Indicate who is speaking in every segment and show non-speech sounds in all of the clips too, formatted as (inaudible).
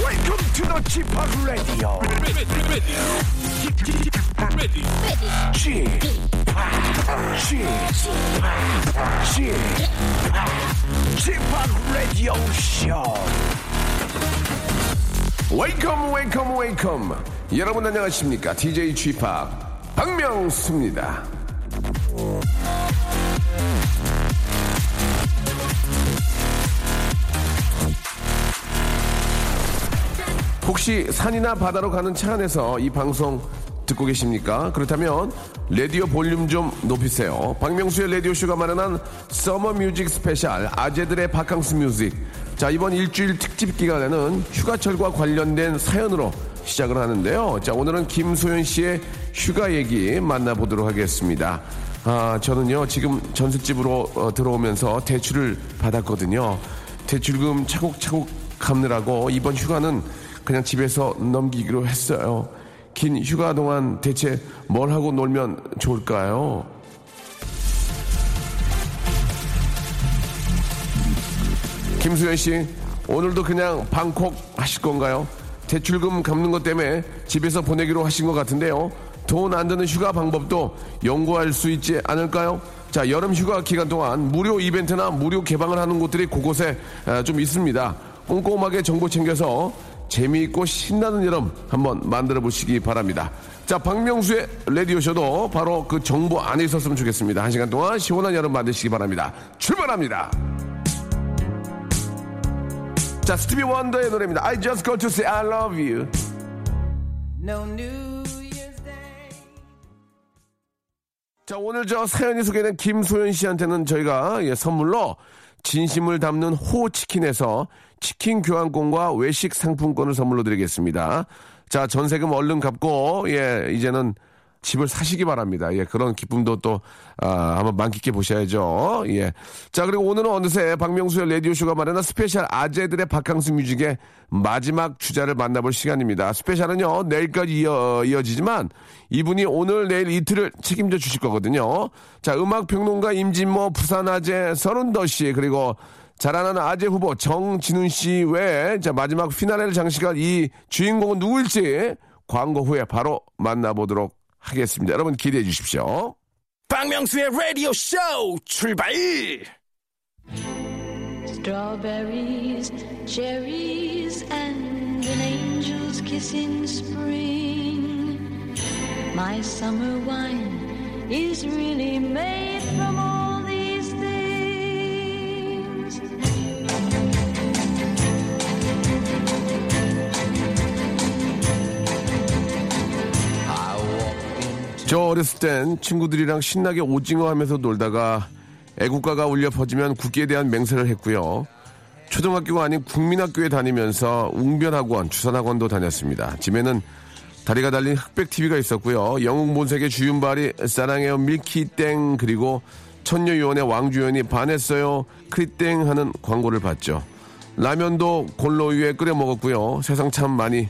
Speaker 1: Welcome to the Chip Radio. Chip, Chip, Chip Radio Show. Welcome, welcome, welcome. 여러분 안녕하십니까? DJ Chip 박명수입니다. 혹시 산이나 바다로 가는 차 안에서 이 방송 듣고 계십니까? 그렇다면 라디오 볼륨 좀 높이세요. 박명수의 라디오 쇼가 마련한 서머 뮤직 스페셜 아재들의 바캉스 뮤직. 자 이번 일주일 특집 기간에는 휴가철과 관련된 사연으로 시작을 하는데요. 자 오늘은 김소연 씨의 휴가 얘기 만나보도록 하겠습니다. 아 저는요 지금 전셋집으로 어, 들어오면서 대출을 받았거든요. 대출금 차곡차곡 갚느라고 이번 휴가는 그냥 집에서 넘기기로 했어요. 긴 휴가 동안 대체 뭘 하고 놀면 좋을까요? 김수현 씨, 오늘도 그냥 방콕 하실 건가요? 대출금 갚는 것 때문에 집에서 보내기로 하신 것 같은데요. 돈 안 드는 휴가 방법도 연구할 수 있지 않을까요? 자, 여름 휴가 기간 동안 무료 이벤트나 무료 개방을 하는 곳들이 곳곳에 아, 좀 있습니다. 꼼꼼하게 정보 챙겨서 재미있고 신나는 여름 한번 만들어 보시기 바랍니다. 자, 박명수의 레디오쇼도 바로 그 정보 안에 있었으면 좋겠습니다. 한 시간 동안 시원한 여름 만드시기 바랍니다. 출발합니다. 자, 스티비 원더의 노래입니다. I just got to say I love you.
Speaker 2: No New Year's Day.
Speaker 1: 자, 오늘 저 사연이 소개된 김소연 씨한테는 저희가 예, 선물로 진심을 담는 호치킨에서 치킨 교환권과 외식 상품권을 선물로 드리겠습니다. 자, 전세금 얼른 갚고, 예, 이제는 집을 사시기 바랍니다. 예, 그런 기쁨도 또, 아, 한번 만끽해 보셔야죠. 예. 자, 그리고 오늘은 어느새 박명수의 라디오쇼가 마련한 스페셜 아재들의 바캉스 뮤직의 마지막 주자를 만나볼 시간입니다. 스페셜은요, 내일까지 이어, 이어지지만 이분이 오늘, 내일 이틀을 책임져 주실 거거든요. 자, 음악평론가 임진모, 부산아재 서른더 씨, 그리고 자라나는 아재 후보 정진훈 씨 외에 자, 마지막 피나레를 장식할 이 주인공은 누구일지 광고 후에 바로 만나보도록 하겠습니다. 여러분 기대해 주십시오.
Speaker 3: 박명수의 라디오 쇼 출발!
Speaker 4: Strawberries, cherries, and an angel's kiss in spring. My summer wine is really made from all these things.
Speaker 1: 저 어렸을 땐 친구들이랑 신나게 오징어 하면서 놀다가 애국가가 울려 퍼지면 국기에 대한 맹세를 했고요. 초등학교가 아닌 국민학교에 다니면서 웅변학원, 주산학원도 다녔습니다. 집에는 다리가 달린 흑백 TV가 있었고요. 영웅 본색의 주윤발이 사랑해요 밀키땡 그리고 천녀요원의 왕주연이 반했어요 크리땡 하는 광고를 봤죠. 라면도 골로 위에 끓여 먹었고요. 세상 참 많이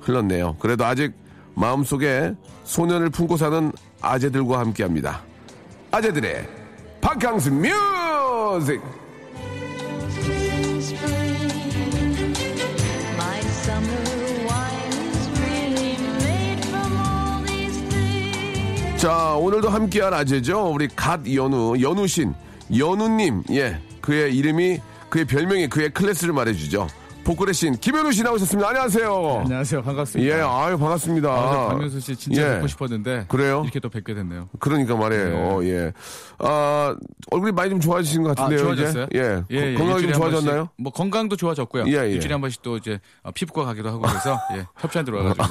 Speaker 1: 흘렀네요. 그래도 아직 마음속에 소년을 품고 사는 아재들과 함께합니다. 아재들의 박강수 뮤직.
Speaker 4: Spring. My summer wine is really made from all these things.
Speaker 1: 자 오늘도 함께할 아재죠. 우리 갓 연우 연우신 연우님 예 그의 이름이 그의 별명이 그의 클래스를 말해주죠. 복근의 신 김현우 씨 나오셨습니다. 안녕하세요.
Speaker 5: 안녕하세요. 반갑습니다.
Speaker 1: 예, 아유 반갑습니다.
Speaker 5: 아, 박명수 씨 진짜
Speaker 1: 예.
Speaker 5: 뵙고 싶었는데
Speaker 1: 그래요?
Speaker 5: 이렇게 또 뵙게 됐네요.
Speaker 1: 그러니까 말이에요. 예. 아 얼굴이 많이 좀 좋아지신 것
Speaker 5: 아,
Speaker 1: 같은데요.
Speaker 5: 좋아졌어요?
Speaker 1: 이제? 예. 거- 건강이 좀
Speaker 5: 일주일에 한
Speaker 1: 좋아졌나요?
Speaker 5: 번씩, 뭐 건강도 좋아졌고요.
Speaker 1: 예, 예.
Speaker 5: 일주일에 한 번씩 또 이제 어, 피부과 가기도 하고
Speaker 1: (laughs)
Speaker 5: 그래서 예, 협찬 들어와가지고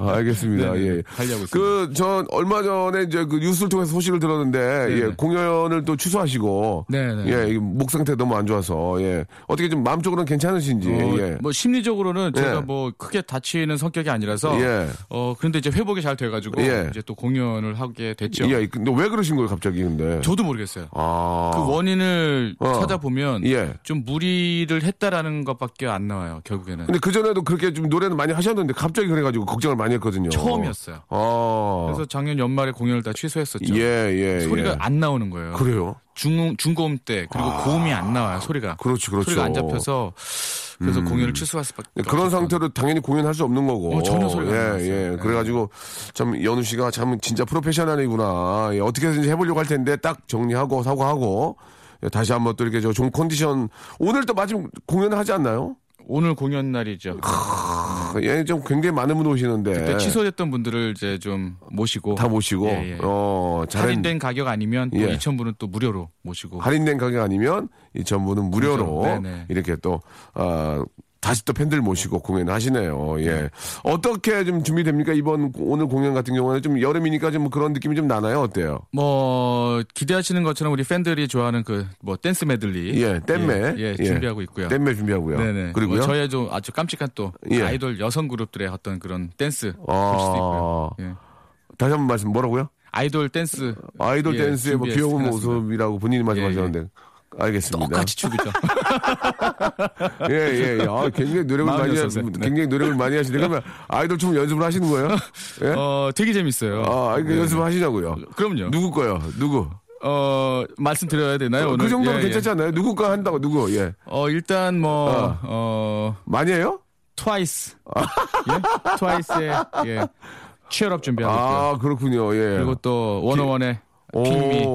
Speaker 1: 아, 알겠습니다.
Speaker 5: 네, 네,
Speaker 1: 예.
Speaker 5: 관리하고 있습니다.
Speaker 1: 그, 전 얼마 전에 이제 그 뉴스를 통해서 소식을 들었는데, 예,
Speaker 5: 네.
Speaker 1: 공연을 또 취소하시고,
Speaker 5: 네, 네.
Speaker 1: 예, 이목 상태 너무 안 좋아서, 예. 어떻게 좀 마음적으로는 괜찮으신지,
Speaker 5: 어,
Speaker 1: 예.
Speaker 5: 뭐 심리적으로는 제가
Speaker 1: 예.
Speaker 5: 뭐 크게 다치는 성격이 아니라서
Speaker 1: 예.
Speaker 5: 어 그런데 이제 회복이 잘 돼가지고
Speaker 1: 예.
Speaker 5: 이제 또 공연을 하게 됐죠.
Speaker 1: 예, 근데 왜 그러신 거예요, 갑자기 근데?
Speaker 5: 저도 모르겠어요.
Speaker 1: 아.
Speaker 5: 그 원인을
Speaker 1: 어.
Speaker 5: 찾아보면
Speaker 1: 예.
Speaker 5: 좀 무리를 했다라는 것밖에 안 나와요. 결국에는
Speaker 1: 근데 그전에도 그렇게 좀 노래는 많이 하셨는데, 갑자기 그래가지고 걱정을 많이 했거든요.
Speaker 5: 처음이었어요.
Speaker 1: 아.
Speaker 5: 그래서 작년 연말에 공연을 다 취소했었죠.
Speaker 1: 예, 예,
Speaker 5: 소리가
Speaker 1: 예.
Speaker 5: 안 나오는 거예요.
Speaker 1: 그래요?
Speaker 5: 중 중고음 때 그리고 고음이 안 나와요 소리가.
Speaker 1: 그렇죠, 그렇죠.
Speaker 5: 소리가 안 잡혀서 그래서 공연을 취소할 수밖에.
Speaker 1: 네, 그런 상태로 당연히 공연할 수 없는 거고.
Speaker 5: 어, 전혀 소리가 안
Speaker 1: 예,
Speaker 5: 나왔어요.
Speaker 1: 예.
Speaker 5: 네.
Speaker 1: 그래가지고 참 연우 씨가 참 진짜 프로페셔널이구나. 예, 어떻게든지 해보려고 할 텐데 딱 정리하고 사고하고 예, 다시 한번 또 이렇게 저 좋은 컨디션 오늘 또 마지막 공연을 하지 않나요?
Speaker 5: 오늘 공연 날이죠.
Speaker 1: 아, 예, 좀 굉장히 많은 분 오시는데
Speaker 5: 그때 취소됐던 분들을 이제 좀 모시고
Speaker 1: 다 모시고
Speaker 5: 예, 예.
Speaker 1: 어 잘했.
Speaker 5: 할인된 가격 아니면 또
Speaker 1: 예.
Speaker 5: 2천 분은 또 무료로 모시고.
Speaker 1: 할인된 가격 아니면 이 전부는 무료로
Speaker 5: 그렇죠. 네네. 네.
Speaker 1: 이렇게 또 아, 다시 또 팬들 모시고 공연하시네요. 예. 어떻게 좀 준비됩니까? 이번 고- 오늘 공연 같은 경우는 좀 여름이니까 좀 그런 느낌이 좀 나나요? 어때요?
Speaker 5: 뭐 기대하시는 것처럼 우리 팬들이 좋아하는 그 뭐 댄스 메들리
Speaker 1: 예, 땜매.
Speaker 5: 예, 예, 준비하고 있고요.
Speaker 1: 땜매 준비하고요.
Speaker 5: 네네.
Speaker 1: 그리고요.
Speaker 5: 뭐 저희 좀 아주 깜찍한 또
Speaker 1: 예.
Speaker 5: 아이돌 여성 그룹들의 어떤 그런 댄스 볼 수도 있고요.
Speaker 1: 아,
Speaker 5: 예.
Speaker 1: 다시 한 번 말씀 뭐라고요?
Speaker 5: 아이돌 댄스
Speaker 1: 아이돌
Speaker 5: 예,
Speaker 1: 댄스의 뭐
Speaker 5: 준비해
Speaker 1: 귀여운
Speaker 5: 해놨습니다. 예,
Speaker 1: 모습이라고 본인이 말씀하셨는데. 알겠습니다.
Speaker 5: 똑같이 추기죠.
Speaker 1: 예, 예, 예. 아, 굉장히 노력을
Speaker 5: 마음이
Speaker 1: 많이, 하,
Speaker 5: 없어서. 네.
Speaker 1: 굉장히 노력을 많이 하시는데, 그러면 아이돌 춤 연습을 하시는
Speaker 5: (laughs)
Speaker 1: 거예요? 예?
Speaker 5: 어, 되게 재밌어요.
Speaker 1: 아, 그러니까 연습을 하시냐고요.
Speaker 5: 네, 그럼요.
Speaker 1: 누구 거요? 누구?
Speaker 5: 어, 말씀드려야 되나요? 오늘?
Speaker 1: 그 정도면
Speaker 5: 예, 예.
Speaker 1: 괜찮지 않아요? 누구 거 한다고 누구? 예.
Speaker 5: 어, 일단 뭐,
Speaker 1: 어.
Speaker 5: 어,
Speaker 1: 많이 해요?
Speaker 5: 트와이스. 예? 트와이스의, 예. 취업 준비하고 있고요.
Speaker 1: 아, 그렇군요. 예.
Speaker 5: 예, 그리고 또, 원어원의
Speaker 1: 오.
Speaker 5: 핑미.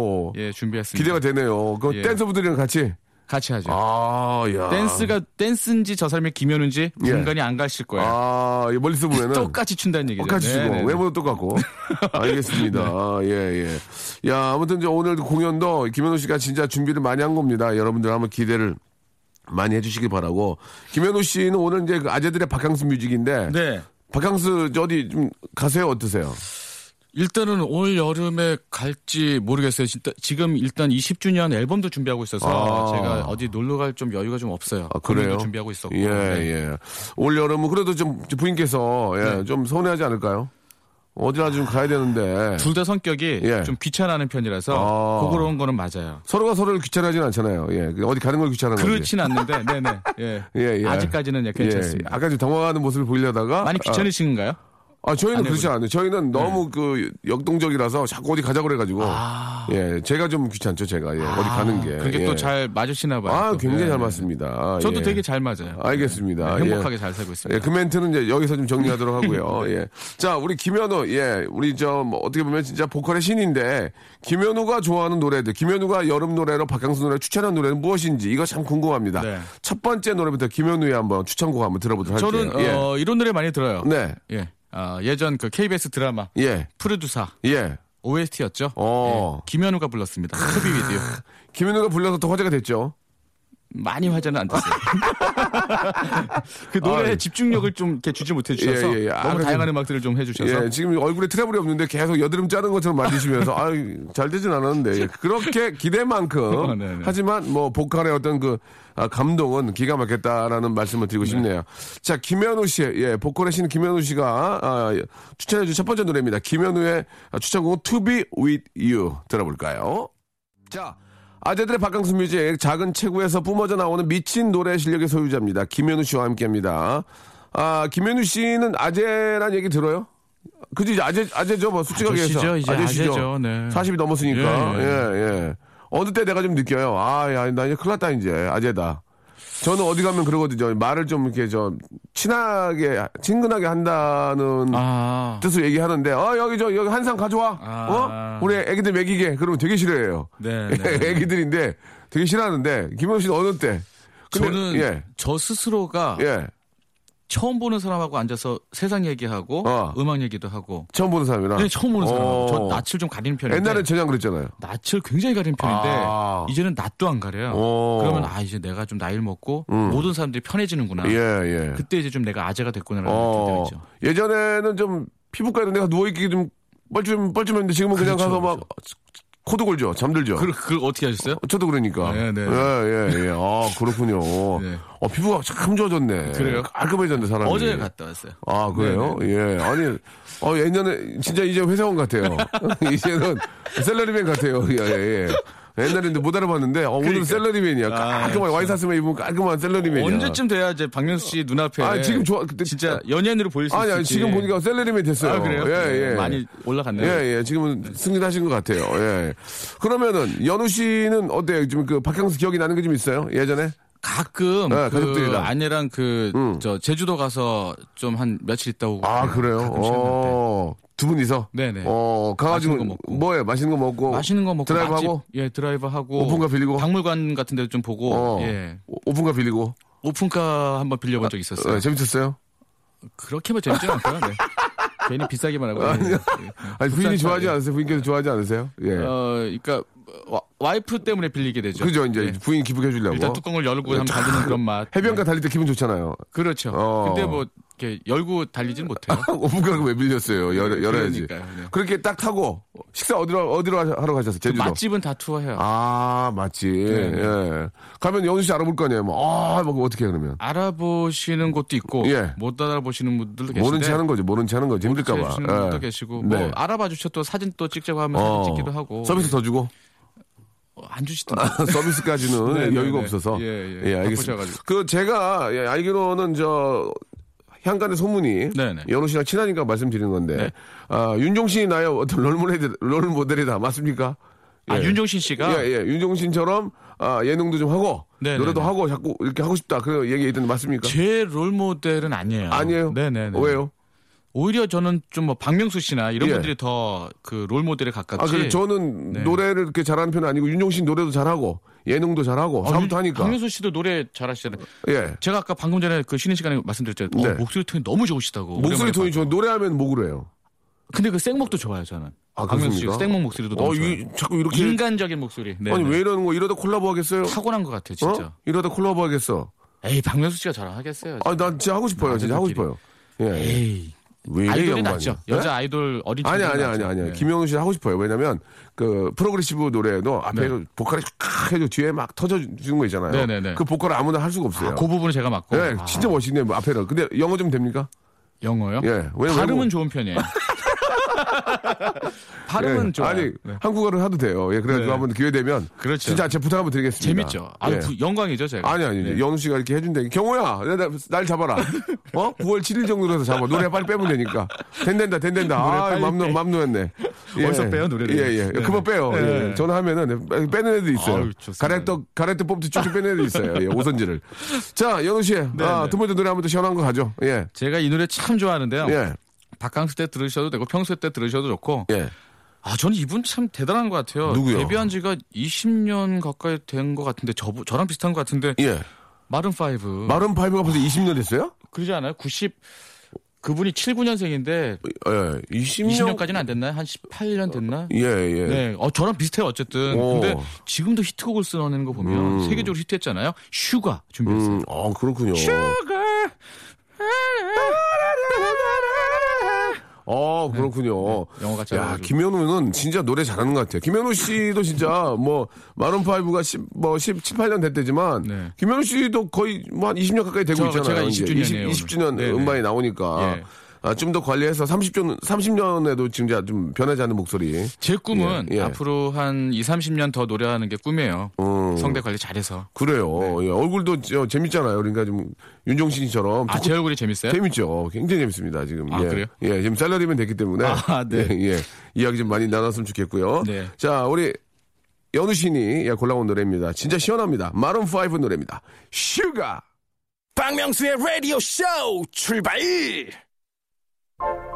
Speaker 5: 예, 준비했습니다.
Speaker 1: 기대가 되네요. 그
Speaker 5: 예.
Speaker 1: 댄서분들이랑 같이.
Speaker 5: 같이 하죠.
Speaker 1: 아, 야.
Speaker 5: 댄스가, 댄스인지 저 사람이 김현우인지
Speaker 1: 예.
Speaker 5: 분간이 안 가실 거예요.
Speaker 1: 아, 예, 멀리서 보면은.
Speaker 5: 똑같이 춘다는 얘기죠.
Speaker 1: 똑같이
Speaker 5: 네,
Speaker 1: 주고
Speaker 5: 네, 네.
Speaker 1: 외모도
Speaker 5: (laughs)
Speaker 1: 똑같고 알겠습니다 아, 예 예. 야 아무튼 이제 오늘 공연도 김현우 씨가 진짜 준비를 많이 한 겁니다 여러분들 한번 기대를 많이 해주시기 바라고 김현우 씨는 오늘 이제 그 아재들의 바캉스 뮤직인데
Speaker 5: 네.
Speaker 1: 바캉스 저 어디 좀 가세요 어떠세요?
Speaker 5: 일단은 올 여름에 갈지 모르겠어요. 진짜 지금 일단 20주년 앨범도 준비하고 있어서
Speaker 1: 아.
Speaker 5: 제가 어디 놀러 갈 좀 여유가 좀 없어요.
Speaker 1: 아, 그래요?
Speaker 5: 공연도 준비하고 있었고.
Speaker 1: 예,
Speaker 5: 네.
Speaker 1: 예. 올 여름은 그래도 좀 부인께서 예, 좀 서운해하지 않을까요? 어디나 좀 가야 되는데
Speaker 5: 둘 다 성격이
Speaker 1: 예.
Speaker 5: 좀 귀찮아하는 편이라서
Speaker 1: 아.
Speaker 5: 그런 거는 맞아요.
Speaker 1: 서로가 서로를 귀찮아하진 않잖아요. 예, 그 어디 가는 걸 귀찮아하는 거지.
Speaker 5: 그렇진 않는데, 네네. 예.
Speaker 1: (laughs) 예, 예.
Speaker 5: 아직까지는 예, 괜찮습니다.
Speaker 1: 예, 아까 좀 당황하는 모습을 보이려다가
Speaker 5: 많이
Speaker 1: 아,
Speaker 5: 귀찮으신가요?
Speaker 1: 아, 저희는
Speaker 5: 아니요,
Speaker 1: 그렇지 않아요. 저희는
Speaker 5: 네.
Speaker 1: 너무 그 역동적이라서 자꾸 어디 가자고 그래가지고. 예, 제가 좀 귀찮죠, 제가. 예, 어디 가는 게.
Speaker 5: 아. 그렇게
Speaker 1: 예.
Speaker 5: 또 잘 맞으시나 봐요.
Speaker 1: 아,
Speaker 5: 또.
Speaker 1: 굉장히
Speaker 5: 예.
Speaker 1: 잘 맞습니다. 아, 예.
Speaker 5: 저도 되게 잘 맞아요.
Speaker 1: 알겠습니다.
Speaker 5: 네, 행복하게 잘 살고
Speaker 1: 예,
Speaker 5: 있습니다.
Speaker 1: 그 멘트는 이제 여기서 좀 정리하도록
Speaker 5: (laughs) 네.
Speaker 1: 하고요. 예. 자, 우리 김현우, 예, 우리 저뭐 어떻게 보면 진짜 보컬의 신인데 김현우가 좋아하는 노래들, 김현우가 여름 노래로 박강수 노래 추천한 노래는 무엇인지 이거 참 궁금합니다.
Speaker 5: 네.
Speaker 1: 첫 번째 노래부터 김현우의 한번 추천곡 한번 들어보도록 할게요.
Speaker 5: 저는 어, 이런 노래 많이 들어요.
Speaker 1: 예. 네,
Speaker 5: 예. 아, 예전 그 KBS 드라마
Speaker 1: 예,
Speaker 5: 푸르두사
Speaker 1: 예.
Speaker 5: OST였죠. 예,
Speaker 1: 어.
Speaker 5: 김현우가 불렀습니다. 소비 위디오.
Speaker 1: 김현우가 불려서 더 화제가 됐죠.
Speaker 5: 많이 화제는 안 됐어요. (laughs) 그 노래에
Speaker 1: 아유.
Speaker 5: 집중력을 좀 이렇게 주지 못해 주셔서
Speaker 1: 예, 예, 예. 아,
Speaker 5: 너무
Speaker 1: 그래서-
Speaker 5: 다양한 음악들을 좀 해주셔서
Speaker 1: 예, 지금 얼굴에 트러블이 없는데 계속 여드름 자른 것처럼
Speaker 5: (laughs)
Speaker 1: 만드시면서 아유 잘 되진 않았는데 예, 그렇게 기대만큼
Speaker 5: 네, 네.
Speaker 1: 하지만 뭐 보컬의 어떤 그 아, 감동은 기가 막혔다라는 말씀을 드리고 싶네요. 자 김현우 씨, 예 보컬의 신 김현우 씨가 아, 예, 추천해준 첫 번째 노래입니다. 김현우의 아, 추천곡 To Be With You 들어볼까요? 자. 아재들의 박강수 뮤직 작은 체구에서 뿜어져 나오는 미친 노래 실력의 소유자입니다. 김현우 씨와 함께합니다. 아 김현우 씨는 아재란 얘기 들어요? 그지 이제 아재 아재죠 뭐 솔직하게 해서
Speaker 5: 아저씨죠, 이제 아재죠, 네.
Speaker 1: 40이 넘었으니까
Speaker 5: 예,
Speaker 1: 예예
Speaker 5: 예.
Speaker 1: 어느 때 내가 좀 느껴요 아야 나 이제 큰일 났다 이제 아재다 저는 어디 가면 그러거든요 말을 좀 이렇게 저 친하게 친근하게 한다는
Speaker 5: 아
Speaker 1: 뜻으로 얘기하는데 어 여기 저 여기 한상 가져와
Speaker 5: 아.
Speaker 1: 어 우리 애기들 (laughs) 먹이게 그러면 되게 싫어해요
Speaker 5: 네, 네.
Speaker 1: 애기들인데 되게 싫어하는데 김현우 씨는 어느 때 근데-
Speaker 5: 저는
Speaker 1: 예.
Speaker 5: 저 스스로가
Speaker 1: 예.
Speaker 5: 처음 보는 사람하고 앉아서 세상 얘기하고
Speaker 1: 어.
Speaker 5: 음악 얘기도 하고
Speaker 1: 처음 보는 사람이라.
Speaker 5: 네, 처음 보는 사람. 저
Speaker 1: 오.
Speaker 5: 낯을 좀 가리는 편인데
Speaker 1: 옛날엔 전혀 안 그랬잖아요.
Speaker 5: 낯을 굉장히 가리는 편인데
Speaker 1: 아.
Speaker 5: 이제는 낯도 안 가려요.
Speaker 1: 오.
Speaker 5: 그러면 아 이제 내가 좀 나이를 먹고 모든 사람들이 편해지는구나.
Speaker 1: 예, 예.
Speaker 5: 아, 그때 이제 좀 내가 아재가 됐구나라는
Speaker 1: 어.
Speaker 5: 느낌이 들죠.
Speaker 1: 예전에는 좀 피부과 이런 데가 누워있기 좀 뻘쭘, 뻘쭘했는데 지금은 그냥
Speaker 5: 그렇죠,
Speaker 1: 가서 막 코도 골죠. 잠들죠.
Speaker 5: 그걸, 그걸 어떻게 하셨어요?
Speaker 1: 저도 그러니까.
Speaker 5: 네, 네.
Speaker 1: 예, 예, 예. 아, 그렇군요.
Speaker 5: 네.
Speaker 1: 어, 피부가 참 좋아졌네.
Speaker 5: 그래요?
Speaker 1: 깔끔해졌네, 사람이.
Speaker 5: 어제 갔다 왔어요.
Speaker 1: 아, 그래요? 예. 아니, 어, 옛날에, 진짜 이제 회사원 같아요. (laughs) 이제는 셀러리맨 같아요. 예, 예, 예. 옛날에 근데 못 알아봤는데, 어, 오늘 셀러리맨이야. 깔끔한, 와이사스만 입으면 깔끔한 셀러리맨이야.
Speaker 5: 그러니까. 언제쯤 돼야 이제 박명수 씨 눈앞에
Speaker 1: 예. 아, 지금 좋아. 근데-
Speaker 5: 진짜 연예인으로 보일 수
Speaker 1: 아니, 아니,
Speaker 5: 있을지.
Speaker 1: 지금 보니까 셀러리맨 됐어요.
Speaker 5: 아, 그래요?
Speaker 1: 예, 예.
Speaker 5: 많이 올라갔네요.
Speaker 1: 예, 예. 지금은 승진하신 것 같아요. 예. 그러면은, 연우 씨는 어때요? 지금 그 박항수 기억이 나는 게 좀 있어요? 예전에?
Speaker 5: 가끔
Speaker 1: 네,
Speaker 5: 그
Speaker 1: 가족들이랑. 음.
Speaker 5: 아내랑 그 저 제주도 가서 좀 한 며칠 있다 오고
Speaker 1: 아, 그래요?
Speaker 5: 네, 가끔 시간 날 때.
Speaker 1: 어, 두 분이서?
Speaker 5: 네네.
Speaker 1: 어, 가가지고,
Speaker 5: 맛있는 거 먹고.
Speaker 1: 뭐예요? 맛있는 거 먹고.
Speaker 5: 맛있는 거 먹고
Speaker 1: 드라이브하고?
Speaker 5: 맛집, 예 드라이브 하고
Speaker 1: 오픈카 빌리고?
Speaker 5: 박물관 같은 데도 좀 보고
Speaker 1: 어,
Speaker 5: 예
Speaker 1: 오- 오픈카 빌리고.
Speaker 5: 오픈카 한번 빌려본 적 있었어요.
Speaker 1: 어, 재밌었어요?
Speaker 5: 그렇게만 재밌지 않고요.
Speaker 1: (laughs)
Speaker 5: 네. 괜히 비싸기만 하고. 아니,
Speaker 1: 아니, 부인이 좋아하지 않으세요? 부인께서 좋아하지 않으세요? 예.
Speaker 5: 어, 그러니까 와- 와이프 때문에 빌리게 되죠.
Speaker 1: 그죠, 이제 뭐. 예,
Speaker 5: 예.
Speaker 1: 부인 기쁘게 해주려고.
Speaker 5: 일단 뚜껑을 열고 한번
Speaker 1: 쫙
Speaker 5: 달리는 그런
Speaker 1: (laughs)
Speaker 5: 맛.
Speaker 1: 해변가
Speaker 5: 네.
Speaker 1: 달릴 때 기분 좋잖아요. (laughs)
Speaker 5: 그렇죠.
Speaker 1: 어.
Speaker 5: 근데 뭐 이렇게 열고
Speaker 1: (laughs)
Speaker 5: 달리지는 못해요.
Speaker 1: 오픈카가 왜 빌렸어요? 열, 열어야지.
Speaker 5: 그러니까요, 네.
Speaker 1: 그렇게딱 타고 식사 어디로, 어디로 하- 하러 가셨어요?
Speaker 5: 그
Speaker 1: 제주도.
Speaker 5: 맛집은 다 투어해요.
Speaker 1: 아, 맞지.
Speaker 5: 네.
Speaker 1: 예. 가면 영수 씨 알아볼 거 아니에요? 뭐, 아, 막 어떻게 해, 그러면?
Speaker 5: 알아보시는 곳도 있고
Speaker 1: 예.
Speaker 5: 못 알아보시는 분들도 계신데
Speaker 1: 모르는 체 하는 거지, 모르는 체 하는 거지.
Speaker 5: 주시는
Speaker 1: 힘들까봐. 예. 네.
Speaker 5: 분도 계시고 뭐 알아봐 주셔 또 사진 또 찍자고 하면 사진 찍기도 하고
Speaker 1: 어. 서비스 아, 더
Speaker 5: (laughs)
Speaker 1: 주고
Speaker 5: 어, 안 주시던데
Speaker 1: 서비스까지는
Speaker 5: 네, 네,
Speaker 1: 여유가
Speaker 5: 네.
Speaker 1: 없어서
Speaker 5: 예, 예.
Speaker 1: 알겠습니다.
Speaker 5: 바쁘셔가지고.
Speaker 1: 그 제가 예, 알기로는 저 향간의 소문이
Speaker 5: 네, 네.
Speaker 1: 연호 씨랑 친하니까 말씀드리는 건데 아, 윤종신이 나의 어떤 롤모델 롤모델이다 맞습니까?
Speaker 5: 아 윤종신 씨가
Speaker 1: 예, 예. 윤종신처럼 아, 예능도 좀 하고
Speaker 5: 네,
Speaker 1: 노래도
Speaker 5: 네, 네.
Speaker 1: 하고 자꾸 이렇게 하고 싶다 그런 얘기 있던데 맞습니까?
Speaker 5: 제 롤모델은 아니에요.
Speaker 1: 아니에요?
Speaker 5: 네네네.
Speaker 1: 왜요?
Speaker 5: 오히려 저는 좀 뭐 박명수 씨나 이런
Speaker 1: 예.
Speaker 5: 분들이 더 그 롤모델에 가깝지.
Speaker 1: 아, 그래 저는
Speaker 5: 네.
Speaker 1: 노래를 그렇게 잘하는 편은 아니고 윤종신 노래도 잘하고 예능도 잘하고
Speaker 5: 아,
Speaker 1: 사업도
Speaker 5: 윤-
Speaker 1: 하니까
Speaker 5: 박명수 씨도 노래 잘하시잖아요.
Speaker 1: 예.
Speaker 5: 제가 아까 방금 전에 그 쉬는 시간에 말씀드렸잖아요. 어,
Speaker 1: 네.
Speaker 5: 목소리 톤이 너무 좋으시다고.
Speaker 1: 목소리
Speaker 5: 오랜만에
Speaker 1: 톤이
Speaker 5: 봐서.
Speaker 1: 좋은 노래하면 목으로 해요.
Speaker 5: 근데 그 생목도 좋아요 저는.
Speaker 1: 아,
Speaker 5: 박명수 씨
Speaker 1: 그렇습니까?
Speaker 5: 생목 목소리도 너무
Speaker 1: 어,
Speaker 5: 좋아요.
Speaker 1: 이, 자꾸 이렇게
Speaker 5: 인간적인 목소리. 네,
Speaker 1: 아니
Speaker 5: 네.
Speaker 1: 왜 이러는 거 이러다 콜라보 하겠어요?
Speaker 5: 타고난 것 같아요 진짜.
Speaker 1: 어? 이러다 콜라보 하겠어.
Speaker 5: 에이 박명수 씨가 자랑하겠어요.
Speaker 1: 아, 난 진짜 하고 싶어요. 진짜 하고 싶어요. 예.
Speaker 5: 에이
Speaker 1: 왜 이래,
Speaker 5: 아이돌이
Speaker 1: 양반이.
Speaker 5: 낫죠.
Speaker 1: 예?
Speaker 5: 여자 아이돌 어린
Speaker 1: 아니
Speaker 5: 친구들이
Speaker 1: 아니 아니
Speaker 5: 낫죠.
Speaker 1: 아니.
Speaker 5: 네.
Speaker 1: 김영우 씨 하고 싶어요. 왜냐면 그 프로그레시브 노래에도 앞에 보컬이 칵 해줘 뒤에 막 터져 주는 거 있잖아요.
Speaker 5: 네, 네, 네.
Speaker 1: 그 보컬 아무나 할 수가 없어요.
Speaker 5: 아, 그 부분은 제가 맞고.
Speaker 1: 예,
Speaker 5: 아,
Speaker 1: 진짜 멋있네 뭐 앞에를. 근데 영어 좀 됩니까?
Speaker 5: 영어요?
Speaker 1: 예, 왜-
Speaker 5: 발음은
Speaker 1: 왜고- (laughs)
Speaker 5: 좋은 편이에요.
Speaker 1: 예.
Speaker 5: 발음은 좋아.
Speaker 1: 아니
Speaker 5: 요
Speaker 1: 한국어를 하도 돼요. 예, 그래
Speaker 5: 네.
Speaker 1: 도 한번 기회 되면
Speaker 5: 그렇죠.
Speaker 1: 진짜 제 부탁 한번 드리겠습니다.
Speaker 5: 재밌죠. 아,
Speaker 1: 예.
Speaker 5: 부- 영광이죠 제가.
Speaker 1: 아니 예. 아니
Speaker 5: 네.
Speaker 1: 연우 씨가 이렇게 해준대 경호야 나- 나- 날 잡아라 어 9월 7일 정도로 해서 잡아 노래 빨리 빼면 되니까 된된다 된된다 아맘놓맘 놓였네 예.
Speaker 5: 어디서 빼요, 노래를?
Speaker 1: 예예
Speaker 5: 네.
Speaker 1: 그만 빼요 예. 전화하면은 빼- 빼는 애도 있어요
Speaker 5: 아유, 좋습니다.
Speaker 1: 가래떡 가래떡 뽑듯 쭉쭉 빼는 애도 있어요 예, 오선지를 자 연우 씨두
Speaker 5: 네,
Speaker 1: 번째 노래 한번 더 시원한 거 가죠 예예
Speaker 5: 제가 이 노래 참 좋아하는데요. 박강수 때 들으셔도 되고 평소 때 들으셔도 좋고.
Speaker 1: 예.
Speaker 5: 아, 저는 이분 참 대단한 것 같아요.
Speaker 1: 누구요?
Speaker 5: 데뷔한 지가 20년 가까이 된 것 같은데 저 저랑 비슷한 것 같은데
Speaker 1: 예.
Speaker 5: 마른 파이브.
Speaker 1: 마른 파이브가 벌써 20년 됐어요?
Speaker 5: 그러지 않아요? 90 그분이 79년생인데
Speaker 1: 예, 20년
Speaker 5: 20년까지는 안 됐나요? 한 18년 됐나?
Speaker 1: 예, 예.
Speaker 5: 네, 어 저랑 비슷해요 어쨌든.
Speaker 1: 오.
Speaker 5: 근데 지금도 히트곡을 써내는 거 보면 세계적으로 히트했잖아요. 슈가 준비했어요.
Speaker 1: 음, 아, 그렇군요. 어, 그렇군요.
Speaker 5: 네, 영어 같이
Speaker 1: 야,
Speaker 5: 알아가지고.
Speaker 1: 김현우는 진짜 노래 잘하는 것 같아요. 김현우 씨도 진짜 뭐, 마룬파이브가 10, 뭐, 17, 18년 됐대지만,
Speaker 5: 네.
Speaker 1: 김현우 씨도 거의 뭐 한 20년 가까이 되고
Speaker 5: 저-
Speaker 1: 있잖아요.
Speaker 5: 제가 20 주년이에요,
Speaker 1: 20, 주년
Speaker 5: 오늘. 네네.
Speaker 1: 음반이 나오니까. 아,
Speaker 5: 예.
Speaker 1: 좀 더 관리해서 30년, 30년에도 진짜 좀 변하지 않는 목소리.
Speaker 5: 제 꿈은
Speaker 1: 예, 예.
Speaker 5: 앞으로 한 2, 30년 더 노래하는 게 꿈이에요.
Speaker 1: 음.
Speaker 5: 성대 관리 잘해서.
Speaker 1: 그래요.
Speaker 5: 네.
Speaker 1: 예, 얼굴도 저- 재밌잖아요. 그러니까 좀, 윤종신 씨처럼.
Speaker 5: 아, 제 얼굴이 재밌어요?
Speaker 1: 재밌죠. 굉장히 재밌습니다, 지금.
Speaker 5: 아,
Speaker 1: 예.
Speaker 5: 그래요?
Speaker 1: 예, 지금 쌀라리면 됐기 때문에.
Speaker 5: 아, 네.
Speaker 1: 예, 예. 이야기 좀 많이 나눴으면 좋겠고요.
Speaker 5: 네.
Speaker 1: 자, 우리 연우신이 예, 골라온 노래입니다. 진짜
Speaker 5: 네.
Speaker 1: 시원합니다. 마룬5 노래입니다. 슈가!
Speaker 3: 박명수의 라디오 쇼 출발!
Speaker 4: Thank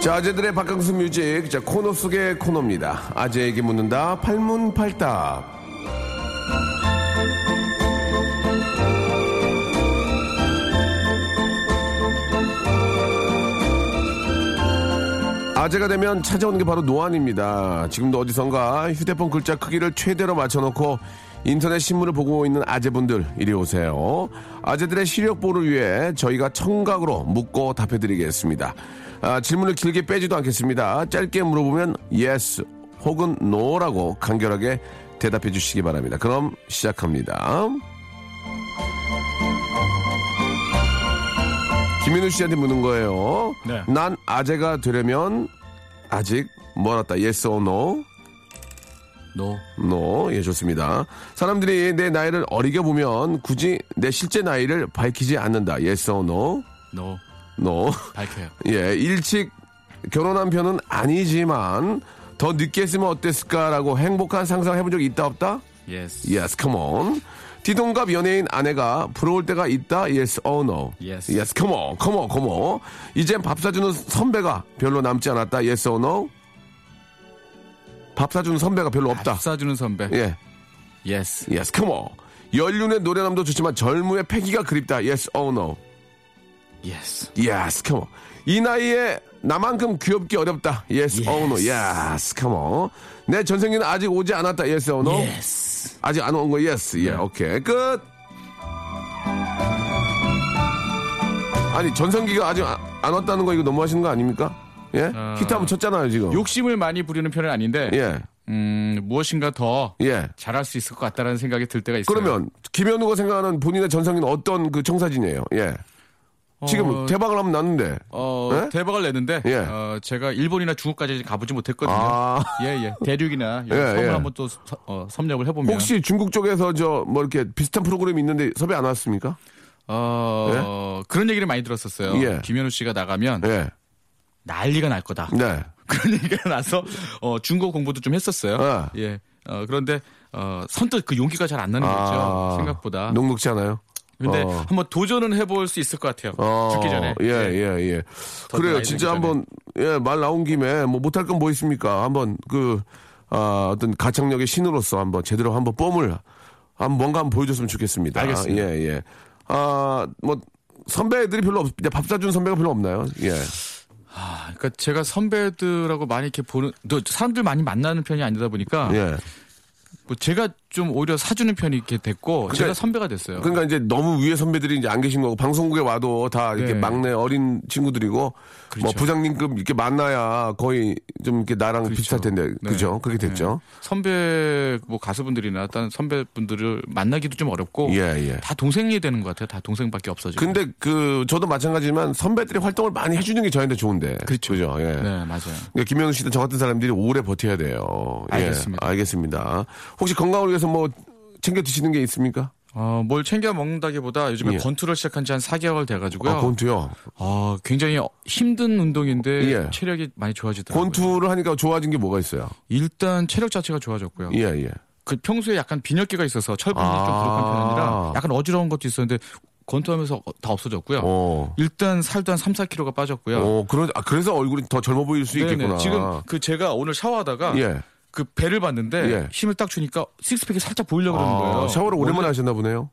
Speaker 1: 자, 아재들의 박강수 뮤직. 자, 코너 속의 코너입니다. 아재에게 묻는다. 팔문팔답. 아재가 되면 찾아오는 게 바로 노안입니다. 지금도 어디선가 휴대폰 글자 크기를 최대로 맞춰놓고 인터넷 신문을 보고 있는 아재분들 이리 오세요. 아재들의 시력 보를 위해 저희가 청각으로 묻고 답해드리겠습니다. 아, 질문을 길게 빼지도 않겠습니다. 짧게 물어보면 yes 혹은 no라고 간결하게 대답해 주시기 바랍니다. 그럼 시작합니다. 김민우 씨한테 묻는 거예요.
Speaker 5: 네.
Speaker 1: 난 아재가 되려면 아직 멀었다. Yes or no?
Speaker 5: 너
Speaker 1: No. 예, 좋습니다. 사람들이 내 나이를 어리게 보면 굳이 내 실제 나이를 밝히지 않는다. Yes or no?
Speaker 5: 너
Speaker 1: No. (laughs)
Speaker 5: 밝혀요.
Speaker 1: 예, 일찍 결혼한 편은 아니지만 더 늦게 했으면 어땠을까라고 행복한 상상 해본 적 있다 없다?
Speaker 5: 예스.
Speaker 1: Yes, come on. 뒤동갑 연예인 아내가 부러울 때가 있다. Yes or no.
Speaker 5: Yes.
Speaker 1: yes come on, come on, come on. 이젠 밥 사주는 선배가 별로 남지 않았다. Yes or no. 밥 사주는 선배가 별로 없다.
Speaker 5: 밥 사주는 선배.
Speaker 1: 예,
Speaker 5: 예스.
Speaker 1: yes, come on. 연륜의 노래남도 좋지만 젊음의 패기가 그립다. Yes or no.
Speaker 5: 예스.
Speaker 1: Yes, come on. 이 나이에 나만큼 귀엽기 어렵다. Yes, or no. Yes, come on. 내 전생기는 아직 오지 않았다. Yes or no.
Speaker 5: 예스.
Speaker 1: 아직 안 온 거 예스 예 오케이 끝 아니 전성기가 아직 아- 안 왔다는 거 이거 너무 하시는 거 아닙니까 예
Speaker 5: 어.
Speaker 1: 히트 한번 쳤잖아요 지금
Speaker 5: 욕심을 많이 부리는 편은 아닌데 음, 무엇인가 더
Speaker 1: 예 예
Speaker 5: 잘할 수 있을 것 같다라는 생각이 들 때가 있어요.
Speaker 1: 그러면 김현우가 생각하는 본인의 전성기는 어떤 그 청사진이에요 예 지금
Speaker 5: 어,
Speaker 1: 대박을 한번 났는데
Speaker 5: 어,
Speaker 1: 예?
Speaker 5: 대박을 냈는데
Speaker 1: 예.
Speaker 5: 어, 제가 일본이나 중국까지 가보지 못했거든요.
Speaker 1: 아
Speaker 5: 예, 예. 대륙이나
Speaker 1: 예,
Speaker 5: 섬을
Speaker 1: 예.
Speaker 5: 한번 또 서- 어, 섭렵을 해보면
Speaker 1: 혹시 중국 쪽에서 저 뭐 이렇게 비슷한 프로그램이 있는데 섭외 안 왔습니까
Speaker 5: 어, 그런 얘기를 많이 들었었어요.
Speaker 1: 예.
Speaker 5: 김현우 씨가 나가면
Speaker 1: 예네 네.
Speaker 5: 난리가 날 거다. 그런 얘기가 나서 어, 중국 공부도 좀 했었어요.
Speaker 1: 예.
Speaker 5: 예. 어, 그런데 어, 선뜻 그 용기가 잘 안 나는 거죠. 생각보다.
Speaker 1: 녹록지 않아요
Speaker 5: 근데
Speaker 1: 아. 어.
Speaker 5: 한번 도전은 해볼 수 있을 것 같아요.
Speaker 1: 어,
Speaker 5: 죽기 전에.
Speaker 1: 예, 예, 예.
Speaker 5: 더
Speaker 1: 그래요.
Speaker 5: 나이
Speaker 1: 진짜
Speaker 5: 들기
Speaker 1: 한번, 예, 말 나온 김에, 뭐, 못할 건 뭐 있습니까? 한번, 그, 아, 어떤 가창력의 신으로서 한번 제대로 한번 뽐을, 한 뭔가 한번 보여줬으면 좋겠습니다.
Speaker 5: 알겠습니다.
Speaker 1: 예, 예. 아, 뭐, 선배들이 별로 없, 이제 밥 사준 선배가 별로 없나요? 예.
Speaker 5: 아, 그러니까 제가 선배들하고 많이 이렇게 보는, 또 사람들 많이 만나는 편이 아니다 보니까
Speaker 1: 예.
Speaker 5: 뭐 제가 좀 오히려 사주는 편이 이렇게 됐고 제가 선배가 됐어요.
Speaker 1: 그러니까 이제 너무 위에 선배들이 이제 안 계신 거고, 방송국에 와도 다 이렇게
Speaker 5: 네.
Speaker 1: 막내 어린 친구들이고, 뭐,
Speaker 5: 그렇죠.
Speaker 1: 부장님급 이렇게 만나야 거의 좀 이렇게 나랑 비슷할 텐데,
Speaker 5: 네.
Speaker 1: 그죠? 그렇게 됐죠?
Speaker 5: 선배 뭐 가수분들이나 다른 선배분들을 만나기도 좀 어렵고
Speaker 1: 예, 예.
Speaker 5: 다 동생이 되는 것 같아요. 다 동생밖에 없어지고.
Speaker 1: 근데 그 저도 마찬가지지만 선배들이 활동을 많이 해주는 게 저한테 좋은데
Speaker 5: 그렇죠.
Speaker 1: 그죠? 예.
Speaker 5: 네 맞아요.
Speaker 1: 그러니까 김현우 씨도 저 같은 사람들이 오래 버텨야 돼요. 예,
Speaker 5: 알겠습니다.
Speaker 1: 알겠습니다. 혹시 건강을 위해서 뭐 챙겨 드시는 게 있습니까?
Speaker 5: 어, 뭘 챙겨 먹는다기보다 요즘에
Speaker 1: 예.
Speaker 5: 권투를 시작한 지 한 4개월 돼가지고요.
Speaker 1: 아, 권투요.
Speaker 5: 어, 굉장히 힘든 운동인데
Speaker 1: 예.
Speaker 5: 체력이 많이 좋아지더라고요.
Speaker 1: 권투를 하니까 좋아진 게 뭐가 있어요?
Speaker 5: 일단 체력 자체가 좋아졌고요.
Speaker 1: 예, 예.
Speaker 5: 그 평소에 약간 빈혈기가 있어서 철분도
Speaker 1: 아.
Speaker 5: 좀 부족한 편이라 약간 어지러운 것도 있었는데 권투하면서 어- 다 없어졌고요.
Speaker 1: 어.
Speaker 5: 일단 살도 한 3, 4kg가 빠졌고요.
Speaker 1: 어, 그런 아, 그래서 얼굴이 더 젊어 보일 수
Speaker 5: 네네.
Speaker 1: 있겠구나.
Speaker 5: 지금 그 제가 오늘 샤워하다가
Speaker 1: 예.
Speaker 5: 그 배를 봤는데
Speaker 1: 예.
Speaker 5: 힘을 딱 주니까 식스팩이 살짝 보이려고 그러는
Speaker 1: 아,
Speaker 5: 거예요.
Speaker 1: 샤워를 오랜만에 하셨나 보네요.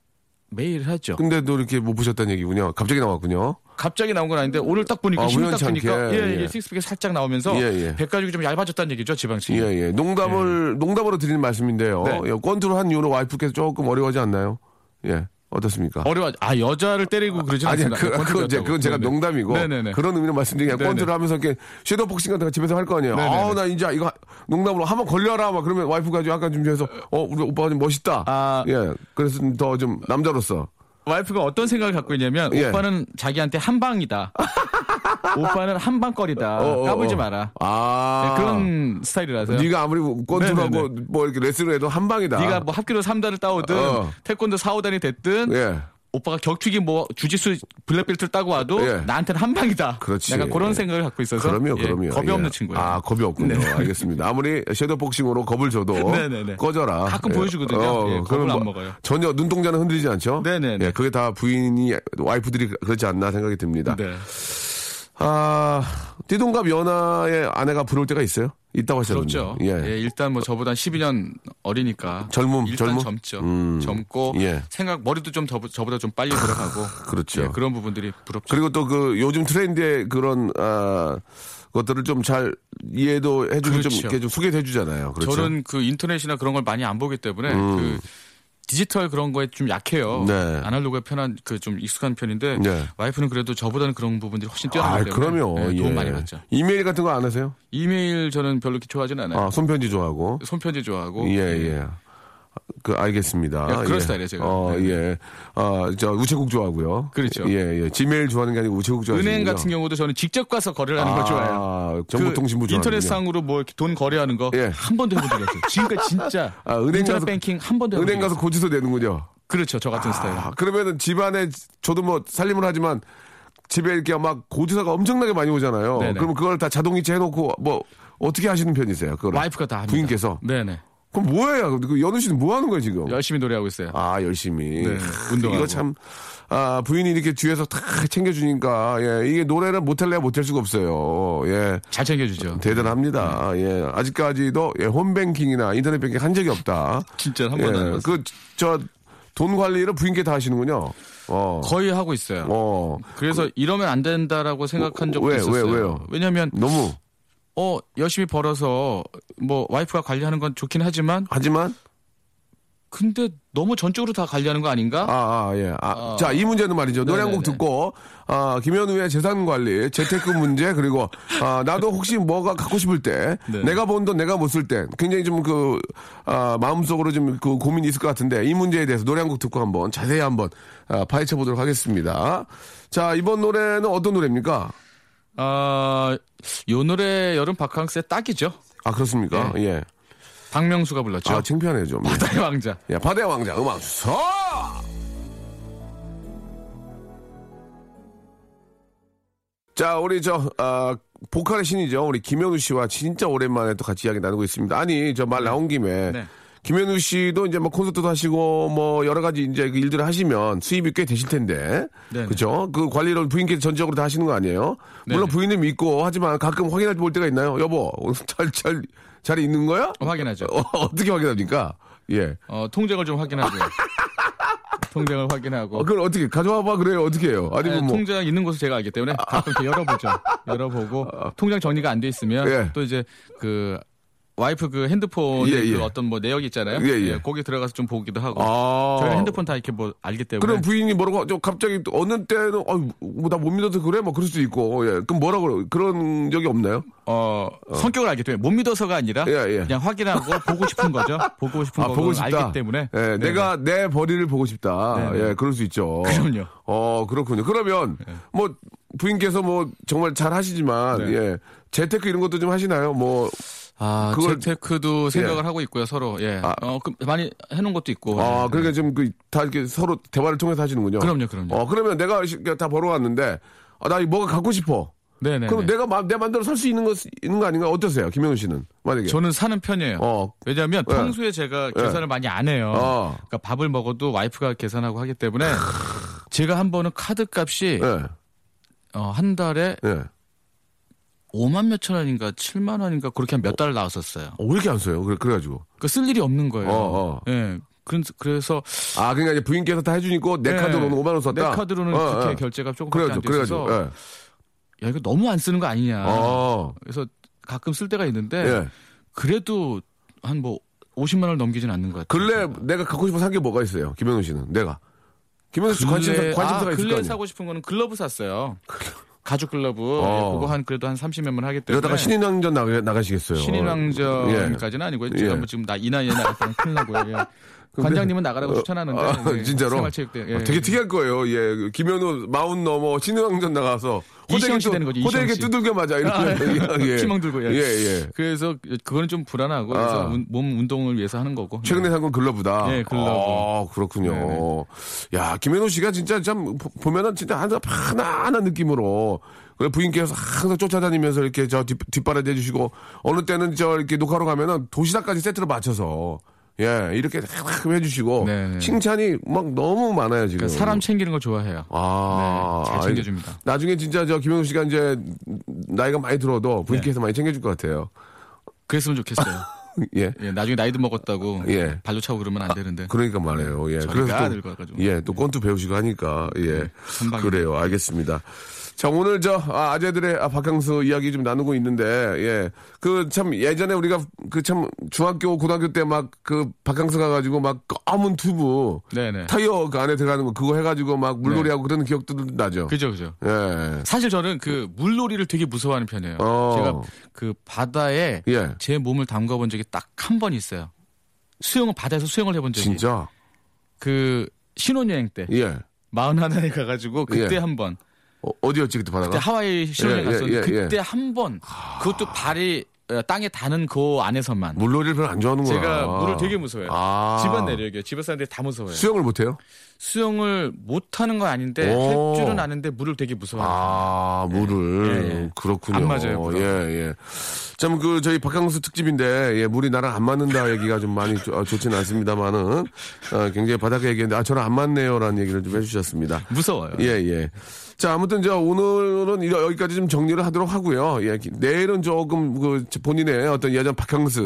Speaker 5: 매일 하죠.
Speaker 1: 근데도 이렇게 못 보셨다는 얘기군요. 갑자기 나왔군요.
Speaker 5: 갑자기 나온 건 아닌데 오늘 딱 보니까
Speaker 1: 아,
Speaker 5: 힘을 딱
Speaker 1: 우연치
Speaker 5: 주니까
Speaker 1: 않게.
Speaker 5: 예,
Speaker 1: 예.
Speaker 5: 예, 식스팩이 살짝 나오면서
Speaker 1: 예, 예.
Speaker 5: 배 가죽이 좀 얇아졌다는 얘기죠 지방층이.
Speaker 1: 예, 예. 농담을 농담으로 드리는 말씀인데요.
Speaker 5: 네.
Speaker 1: 예, 권투를 한 이후로 와이프께서 조금 어려워하지 않나요? 예. 어떻습니까?
Speaker 5: 어려워. 아 여자를 때리고 그러지
Speaker 1: 아니,
Speaker 5: 않습니다.
Speaker 1: 그, 그건, 이제, 그건 제가 농담이고
Speaker 5: 네네네.
Speaker 1: 그런 의미로 말씀드린 게 아니라
Speaker 5: 네네.
Speaker 1: 권투를 하면서 이렇게 섀도우복싱 같은 거 집에서 할 거 아니에요.
Speaker 5: 네네네.
Speaker 1: 아우 나 이제 이거 농담으로 한번 걸려라 막 그러면 와이프가 아주 약간 준비해서 어 우리 오빠가 좀 멋있다.
Speaker 5: 아.
Speaker 1: 예, 그래서 더 좀 남자로서
Speaker 5: 와이프가 어떤 생각을 갖고 있냐면
Speaker 1: 예.
Speaker 5: 오빠는 자기한테
Speaker 1: (laughs)
Speaker 5: 한 방이다. 오빠는 한 방거리다.
Speaker 1: 어, 어,
Speaker 5: 까불지
Speaker 1: 어.
Speaker 5: 마라.
Speaker 1: 아
Speaker 5: 네, 그런 스타일이라서요.
Speaker 1: 네가 아무리 권투하고
Speaker 5: 네네네.
Speaker 1: 뭐 이렇게 레슬을 해도 한 방이다.
Speaker 5: 네가 뭐 합기로 3단을 따오든
Speaker 1: 어.
Speaker 5: 태권도 4, 5단이 됐든
Speaker 1: 예.
Speaker 5: 오빠가 격투기 뭐 주짓수 블랙벨트를 따고 와도
Speaker 1: 예.
Speaker 5: 나한테는 한 방이다.
Speaker 1: 그렇지.
Speaker 5: 약간 그런
Speaker 1: 예.
Speaker 5: 생각을 갖고 있어서
Speaker 1: 그럼요,
Speaker 5: 예,
Speaker 1: 그럼요.
Speaker 5: 겁이
Speaker 1: 예.
Speaker 5: 없는 친구예요. 네.
Speaker 1: 아, 겁이 없군요. 알겠습니다. 아무리 섀도우복싱으로 겁을 줘도
Speaker 5: (laughs) 네네네.
Speaker 1: 꺼져라.
Speaker 5: 가끔
Speaker 1: 예.
Speaker 5: 보여주거든요. 예, 겁을
Speaker 1: 그러면 뭐
Speaker 5: 안 먹어요.
Speaker 1: 전혀 눈동자는 흔들리지 않죠.
Speaker 5: 네네네.
Speaker 1: 예, 그게 다 부인이 와이프들이 그렇지 않나 생각이 듭니다.
Speaker 5: 네.
Speaker 1: 아, 띠동갑 연하의 아내가 부러울 때가 있어요? 있다고 하셨는데.
Speaker 5: 그렇죠.
Speaker 1: 예.
Speaker 5: 예. 일단 뭐 저보다 12년 어리니까
Speaker 1: 젊음,
Speaker 5: 일단
Speaker 1: 젊음?
Speaker 5: 젊죠.
Speaker 1: 음.
Speaker 5: 젊고
Speaker 1: 예.
Speaker 5: 생각 머리도 좀 저, 보다좀 빨리 들어가고
Speaker 1: (laughs) 그렇죠.
Speaker 5: 예, 그런 부분들이 부럽죠.
Speaker 1: 그리고 또 그 요즘 트렌드의 그런 아 것들을 좀 잘 이해도 해주고 좀
Speaker 5: 그렇죠.
Speaker 1: 이렇게 좀 소개해 주잖아요. 그렇죠. 음.
Speaker 5: 저는 그 인터넷이나 그런 걸 많이 안 보기 때문에 그 디지털 그런 거에 좀 약해요.
Speaker 1: 네.
Speaker 5: 아날로그에 편한 그 좀 익숙한 편인데
Speaker 1: 네.
Speaker 5: 와이프는 그래도 저보다는 그런 부분들이 훨씬
Speaker 1: 아,
Speaker 5: 뛰어나기 때문에
Speaker 1: 그럼요.
Speaker 5: 예, 도움
Speaker 1: 예.
Speaker 5: 많이 받죠.
Speaker 1: 이메일 같은 거 안 하세요?
Speaker 5: 이메일 저는 별로 좋아하진 않아요.
Speaker 1: 아, 손편지 좋아하고.
Speaker 5: 손편지 좋아하고
Speaker 1: 예, 예. 그 알겠습니다.
Speaker 5: 야, 그런
Speaker 1: 예.
Speaker 5: 스타일이에요, 제가.
Speaker 1: 어,
Speaker 5: 네.
Speaker 1: 예. 아, 저 우체국 좋아하고요.
Speaker 5: 그렇죠.
Speaker 1: 예, 예. 지메일 좋아하는 게 아니고 우체국 좋아하는
Speaker 5: 은행 같은 경우도 저는 직접 가서 거래를 하는
Speaker 1: 아,
Speaker 5: 걸 좋아해요.
Speaker 1: 정보통신부
Speaker 5: 그
Speaker 1: 좋아하는
Speaker 5: 인터넷상으로 뭐 이렇게 돈 거래하는 거 한
Speaker 1: 예.
Speaker 5: 번도 해본 적이 없어요. 지금까지 진짜
Speaker 1: (laughs) 아, 은행
Speaker 5: 인터넷
Speaker 1: 가서-
Speaker 5: 뱅킹 한 번도 해본
Speaker 1: 은행
Speaker 5: 적이
Speaker 1: 가서
Speaker 5: 없어요.
Speaker 1: 고지서 내는군요.
Speaker 5: 그렇죠 저 같은 스타일.
Speaker 1: 아, 그러면은 집안에 저도 뭐 살림을 하지만 집에 이렇게 막 고지서가 엄청나게 많이 오잖아요.
Speaker 5: 네네.
Speaker 1: 그러면 그걸 다 자동이체 해놓고 뭐 어떻게 하시는 편이세요? 그걸
Speaker 5: 와이프가 다 합니다.
Speaker 1: 부인께서
Speaker 5: 네네
Speaker 1: 그럼 뭐예요? 그 연우 씨는 뭐 하는 거예요 지금?
Speaker 5: 열심히 노래하고 있어요.
Speaker 1: 아 열심히
Speaker 5: 네,
Speaker 1: 크,
Speaker 5: 운동하고.
Speaker 1: 이거 참 아, 부인이 이렇게 뒤에서 다 챙겨주니까 예, 이게 노래를 못할래 못할 수가 없어요. 예.
Speaker 5: 잘 챙겨주죠.
Speaker 1: 대단합니다.
Speaker 5: 음.
Speaker 1: 예. 아직까지도 예, 홈뱅킹이나 인터넷 뱅킹 한 적이 없다.
Speaker 5: 진짜 한
Speaker 1: 예,
Speaker 5: 번도 안 해봤어요.
Speaker 1: 그 저 돈 관리를 부인께 다 하시는군요. 어.
Speaker 5: 거의 하고 있어요.
Speaker 1: 어.
Speaker 5: 그래서 이러면 안 된다라고 생각한 적도
Speaker 1: 왜, 왜,
Speaker 5: 있었어요.
Speaker 1: 왜요?
Speaker 5: 왜냐면
Speaker 1: 너무
Speaker 5: 어 열심히 벌어서 뭐 와이프가 관리하는 건 좋긴 하지만
Speaker 1: 하지만
Speaker 5: 근데 너무 전적으로 다 관리하는 거 아닌가?
Speaker 1: 아, 아, 예. 아,
Speaker 5: 어.
Speaker 1: 자, 이 문제는 말이죠. 노래 한 곡
Speaker 5: 네네네.
Speaker 1: 듣고, 아, 김현우의 재산 관리, 재테크 문제, 그리고, 아, 나도 혹시 뭐가 갖고 싶을 때,
Speaker 5: 네.
Speaker 1: 내가 번 돈 내가 못 쓸 때, 굉장히 좀 그, 아, 마음속으로 좀 그 고민이 있을 것 같은데, 이 문제에 대해서 노래 한 곡 듣고 한번 자세히 한번 아, 파헤쳐 보도록 하겠습니다. 자, 이번 노래는 어떤 노래입니까?
Speaker 5: 아, 요 노래 여름 바캉스의 딱이죠.
Speaker 1: 아, 그렇습니까?
Speaker 5: 네.
Speaker 1: 예.
Speaker 5: 박명수가 불렀죠. (laughs)
Speaker 1: 아, 창피하네요, 좀.
Speaker 5: 바다의 왕자.
Speaker 1: 예, 바다의 왕자 음악 서! 자, 우리 저, 아, 보컬의 신이죠. 우리 김현우 씨와 진짜 오랜만에 또 같이 이야기 나누고 있습니다. 아니, 저 말 나온 김에.
Speaker 5: 네.
Speaker 1: 김현우 씨도 이제 뭐 콘서트도 하시고 뭐 여러 가지 이제 그 일들을 하시면 수입이 꽤 되실 텐데.
Speaker 5: 네네.
Speaker 1: 그죠? 그 관리를 부인께서 전적으로 다 하시는 거 아니에요? 물론
Speaker 5: 네네.
Speaker 1: 부인을 믿고 하지만 가끔 확인할 때 볼 때가 있나요? 여보, 잘, 잘, 잘 있는 거야?
Speaker 5: 어, 확인하죠.
Speaker 1: 어, 어떻게 확인합니까? 예.
Speaker 5: 어, 통장을
Speaker 1: (laughs)
Speaker 5: 좀 확인하고요. 통장을 확인하고.
Speaker 1: 어, 그걸 어떻게 가져와 봐 그래요 어떻게 해요
Speaker 5: 네,
Speaker 1: 아니면 뭐
Speaker 5: 통장 있는 곳을 제가 알기 때문에 가끔 이렇게
Speaker 1: (laughs)
Speaker 5: 열어보죠. 열어보고 통장 정리가 안 돼 있으면
Speaker 1: 예.
Speaker 5: 또 이제 그 와이프 그 핸드폰
Speaker 1: 예, 예.
Speaker 5: 그 어떤 뭐 내역 있잖아요.
Speaker 1: 예, 예.
Speaker 5: 거기 들어가서 좀 보기도 하고.
Speaker 1: 아.
Speaker 5: 저희 핸드폰 다 이렇게 뭐 알기 때문에.
Speaker 1: 그럼 부인이 뭐라고 저 갑자기 또 어느 때는 어나못 믿어서 그래 뭐 그럴 수도 있고 예 그럼 뭐라고 그래요? 그런 적이 없나요
Speaker 5: 어, 성격을 알기 때문에 못 믿어서가 아니라
Speaker 1: 예, 예.
Speaker 5: 그냥 확인하고 보고 싶은 거죠. 보고 싶은
Speaker 1: 아
Speaker 5: 거
Speaker 1: 보고 싶다
Speaker 5: 알기 때문에.
Speaker 1: 예
Speaker 5: 네네.
Speaker 1: 내가 내 벌이를 보고 싶다
Speaker 5: 네, 네.
Speaker 1: 예 그럴 수 있죠
Speaker 5: 그럼요.
Speaker 1: 어 그렇군요 그러면 뭐 부인께서 뭐 정말 잘 하시지만
Speaker 5: 네.
Speaker 1: 예 재테크 이런 것도 좀 하시나요 뭐
Speaker 5: 아,
Speaker 1: 그걸-
Speaker 5: 재테크도 생각을 하고 있고요, 서로. 예.
Speaker 1: 아.
Speaker 5: 어, 그, 많이 해놓은 것도 있고.
Speaker 1: 아,
Speaker 5: 예.
Speaker 1: 그러니까 지금 그 다 이렇게 서로 대화를 통해서 하시는군요.
Speaker 5: 그럼요, 그럼요.
Speaker 1: 어, 그러면 내가 다 벌어왔는데, 아, 나 이거 뭐가 갖고 싶어.
Speaker 5: 네네.
Speaker 1: 그럼 내가 마, 내 마음대로 살 수 있는 거 있는 거 아닌가? 어떠세요, 김현우 씨는? 만약에
Speaker 5: 예. 저는 사는 편이에요.
Speaker 1: 어.
Speaker 5: 왜냐하면
Speaker 1: 예.
Speaker 5: 평소에 제가 계산을 많이 안 해요.
Speaker 1: 어.
Speaker 5: 그러니까 밥을 먹어도 와이프가 계산하고 하기 때문에 제가 한 번은 카드 값이
Speaker 1: 예,
Speaker 5: 어, 한 달에
Speaker 1: 예.
Speaker 5: 5만 몇천 원인가 7만 원인가 그렇게 한 몇 달 나왔었어요.
Speaker 1: 어, 왜 이렇게 안 써요? 그래 그래가지고.
Speaker 5: 그러니까 쓸 일이 없는 거예요.
Speaker 1: 어, 어.
Speaker 5: 예. 그런- 그래서
Speaker 1: 아, 그러니까 이제 부인께서 다 해주니까 내
Speaker 5: 네.
Speaker 1: 카드로는 5만 원 썼다.
Speaker 5: 내 카드로는
Speaker 1: 어,
Speaker 5: 그렇게
Speaker 1: 예.
Speaker 5: 결제가 조금밖에
Speaker 1: 그래가지고,
Speaker 5: 안 돼 있어서
Speaker 1: 그래가지고. 예.
Speaker 5: 야 이거 너무 안 쓰는 거 아니냐. 네.
Speaker 1: 어,
Speaker 5: 그래서 가끔 쓸 때가 있는데
Speaker 1: 예.
Speaker 5: 그래도 한 뭐 50만 원을 넘기진 않는 것 같아요.
Speaker 1: 근래
Speaker 5: 제가.
Speaker 1: 내가 갖고 싶어 산 게 뭐가 있어요, 김현우 씨는? 내가. 김현우 씨 관심사,
Speaker 5: 근래-
Speaker 1: 관심사가
Speaker 5: 아,
Speaker 1: 있을 거
Speaker 5: 근래
Speaker 1: 아니에요?
Speaker 5: 사고 싶은 거는 글러브 샀어요. 가죽 글러브. 예,
Speaker 1: 어.
Speaker 5: 그거 한 그래도 한 30몇만 하기 때문에.
Speaker 1: 이러다가 신인왕전 나가, 나가시겠어요.
Speaker 5: 까지는 아니고요. 제가
Speaker 1: 예.
Speaker 5: 뭐 지금 나 이 나이에 나가면 큰일 나고요.
Speaker 1: (laughs)
Speaker 5: 예. 관장님은 나가라고 추천하는데
Speaker 1: 아,
Speaker 5: 예.
Speaker 1: 진짜로
Speaker 5: 생활체육대 회
Speaker 1: 아, 되게 특이할 거예요. 예, 김현우 마운 넘어 신흥왕전 나가서
Speaker 5: 이시영 씨
Speaker 1: 또-
Speaker 5: 되는 거죠,
Speaker 1: 호되게
Speaker 5: 이시영 씨.
Speaker 1: 두들겨 맞아 이렇게 (laughs) 예.
Speaker 5: 희망 들고 예.
Speaker 1: 예, 예.
Speaker 5: 그래서 그거는 좀 불안하고
Speaker 1: 아.
Speaker 5: 그래서 운- 몸 운동을 위해서 하는 거고. 예.
Speaker 1: 최근에 산 건 글러브다.
Speaker 5: 네, 글러브. 네,
Speaker 1: 아, 그렇군요. 야, 김현우 씨가 진짜 참 보- 보면은 진짜 하나 하나한 느낌으로 그래 부인께서 항상 쫓아다니면서 이렇게 저 뒷, 뒷바라지 해주시고 어느 때는 저 이렇게 녹화로 가면은 도시락까지 세트로 맞춰서 예, 이렇게 탁 해주시고
Speaker 5: 네, 네.
Speaker 1: 칭찬이 막 너무 많아요 지금.
Speaker 5: 그러니까 사람 챙기는 걸 좋아해요.
Speaker 1: 아,
Speaker 5: 네, 잘
Speaker 1: 아이,
Speaker 5: 챙겨줍니다.
Speaker 1: 나중에 진짜 저 김영수 씨가 이제 나이가 많이 들어도 분위기에서
Speaker 5: 네.
Speaker 1: 많이 챙겨줄 것 같아요. (laughs)
Speaker 5: 그랬으면 좋겠어요.
Speaker 1: 예.
Speaker 5: 예, 나중에 나이도 먹었다고
Speaker 1: 예.
Speaker 5: 발로 차고 그러면 안 되는데.
Speaker 1: 그러니까 말해요. 예.
Speaker 5: 저희가 늙어가지고.
Speaker 1: 예, 또 권투 배우시고 하니까 예.
Speaker 5: 한 방에.
Speaker 1: 그래요. 알겠습니다. 자, 오늘 저 아, 아재들의 아, 박항수 이야기 좀 나누고 있는데 예. 그 참 예전에 우리가 그 참 중학교 고등학교 때 막 그 박항수 가 가지고 막 검은 튜브
Speaker 5: 네네. 네.
Speaker 1: 타이어 그 안에 들어가는 거 그거 해 가지고 막 물놀이하고 그런 기억도 나죠.
Speaker 5: 그죠, 그죠.
Speaker 1: 예.
Speaker 5: 사실 저는 그 물놀이를 되게 무서워하는 편이에요.
Speaker 1: 어.
Speaker 5: 제가 그 바다에
Speaker 1: 예.
Speaker 5: 제 몸을 담가본 적이 딱 한 번 있어요. 수영 바다에서 수영을 해본 적이.
Speaker 1: 진짜?
Speaker 5: 그 신혼여행 때
Speaker 1: 예.
Speaker 5: 마흔 하나에 가가지고 그때
Speaker 1: 예.
Speaker 5: 한 번.
Speaker 1: 어, 디였지 그때
Speaker 5: 그때
Speaker 1: 바다가?
Speaker 5: 하와이 신혼여행
Speaker 1: 예, 예,
Speaker 5: 갔었는데
Speaker 1: 예, 예.
Speaker 5: 그때 한 번. 그것도 발이 어, 땅에 닿는 그 안에서만.
Speaker 1: 물놀이를 별로 안 좋아하는구나.
Speaker 5: 제가 물을 되게 무서워해요.
Speaker 1: 아.
Speaker 5: 집안 내력이에요. 집안 사람들이 다 무서워해요.
Speaker 1: 수영을 못 해요?
Speaker 5: 수영을 못하는 건 아닌데
Speaker 1: 오.
Speaker 5: 할 줄은 아는데 물을 되게 무서워해요.
Speaker 1: 아, 물을.
Speaker 5: 네. 예, 예.
Speaker 1: 그렇군요.
Speaker 5: 안 맞아요, 물은.
Speaker 1: 예, 예. 참, 그, 저희 박강수 특집인데, 예, 물이 나랑 안 맞는다 얘기가 좀 많이 좋, 아, 좋진 않습니다만은, 아, 굉장히 바닥에 얘기했는데, 아, 저랑 안 맞네요. 라는 얘기를 좀 해주셨습니다.
Speaker 5: 무서워요.
Speaker 1: 예, 예. 자, 아무튼 저 오늘은 이러- 여기까지 좀 정리를 하도록 하고요. 예, 기- 내일은 조금 그 본인의 어떤 예전 박항스,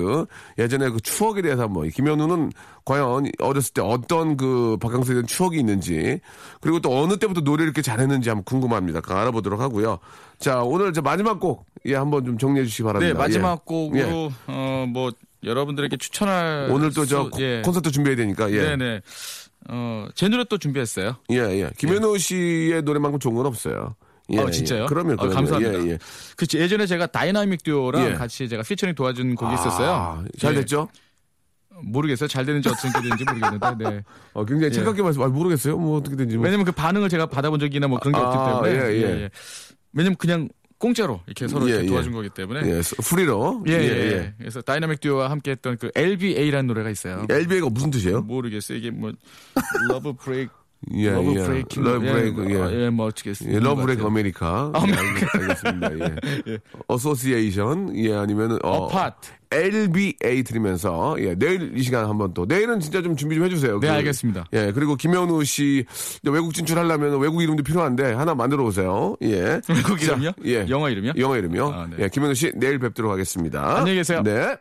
Speaker 1: 예전의 그 추억에 대해서 한번 김현우는 과연 어렸을 때 어떤 그 박항스에 대한 추억이 있는지 그리고 또 어느 때부터 노래를 이렇게 잘했는지 한번 궁금합니다. 그거 알아보도록 하고요. 자, 오늘 저 마지막 곡 예, 한번 좀 정리해 주시기 바랍니다.
Speaker 5: 네 마지막
Speaker 1: 예. 예.
Speaker 5: 곡으로 어, 뭐 여러분들에게 추천할
Speaker 1: 오늘 또 저
Speaker 5: 수- 예.
Speaker 1: 콘서트 준비해야 되니까 예.
Speaker 5: 네네 어제 노래 또 준비했어요.
Speaker 1: 예, 예. 김현우 씨의 노래만큼 좋은 건 없어요. 예,
Speaker 5: 어, 진짜요?
Speaker 1: 예. 그럼요,
Speaker 5: 어,
Speaker 1: 그럼요.
Speaker 5: 감사합니다.
Speaker 1: 예, 예.
Speaker 5: 그 예전에 제가 다이나믹 듀오랑
Speaker 1: 예.
Speaker 5: 같이 제가 피처링 도와준 곡이
Speaker 1: 아,
Speaker 5: 있었어요.
Speaker 1: 잘
Speaker 5: 예.
Speaker 1: 됐죠?
Speaker 5: 모르겠어요. 잘 되는지 어떻게 되는지 모르겠는데. 네.
Speaker 1: 어, 굉장히
Speaker 5: 예.
Speaker 1: 차갑게 말씀, 아, 모르겠어요. 뭐 어떻게 된지. 뭐.
Speaker 5: 왜냐면 그 반응을 제가 받아본 적이나 뭐 그런 게
Speaker 1: 아,
Speaker 5: 없기 때문에.
Speaker 1: 예, 예.
Speaker 5: 왜냐면 그냥 공짜로 이렇게 서로
Speaker 1: 예,
Speaker 5: 이렇게
Speaker 1: 예.
Speaker 5: 도와준 거기 때문에.
Speaker 1: 예, 수- 프리로.
Speaker 5: 예, 예, 예. 그래서 다이나믹 듀오와 함께 했던 그 LBA라는 노래가 있어요.
Speaker 1: LBA가 무슨 뜻이에요?
Speaker 5: 모르겠어요. 이게 뭐 러브 브레이크
Speaker 1: 예,
Speaker 5: 러브
Speaker 1: 예.
Speaker 5: 브레이킹
Speaker 1: 러브 브레이크,
Speaker 5: 예. 어,
Speaker 1: 예.
Speaker 5: 예, 뭐 어떻게 쓰는
Speaker 1: 예,
Speaker 5: 것
Speaker 1: 러브 브레이크
Speaker 5: 같아요.
Speaker 1: 아메리카. 예, 알겠습니다. 예.
Speaker 5: (laughs)
Speaker 1: 어소시에이션. 예, 아니면은. 어,
Speaker 5: 어파트.
Speaker 1: LBA 들으면서. 예, 내일 이 시간 한번 또. 내일은 진짜 좀 준비 좀 해주세요.
Speaker 5: 네, 알겠습니다.
Speaker 1: 예, 그리고 김현우 씨. 이제 외국 진출하려면 외국 이름도 필요한데 하나 만들어 오세요. 예.
Speaker 5: (laughs) 외국
Speaker 1: 자,
Speaker 5: 이름요?
Speaker 1: 예.
Speaker 5: 영어 이름요?
Speaker 1: 영어 이름이요.
Speaker 5: 아, 네.
Speaker 1: 예, 김현우 씨 내일 뵙도록 하겠습니다.
Speaker 5: 안녕히 계세요.
Speaker 1: 네.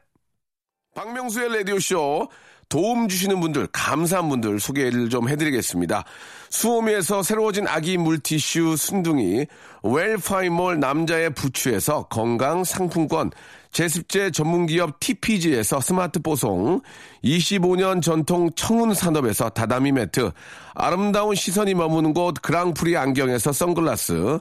Speaker 1: 박명수의 라디오쇼 도움 주시는 분들, 감사한 분들 소개를 좀 해드리겠습니다. 수오미에서 새로워진 아기 물티슈 순둥이, 웰파이몰 남자의 부추에서 건강 상품권, 제습제 전문기업 TPG에서 스마트 보송, 25년 전통 청운산업에서 다다미 매트, 아름다운 시선이 머무는 곳 그랑프리 안경에서 선글라스,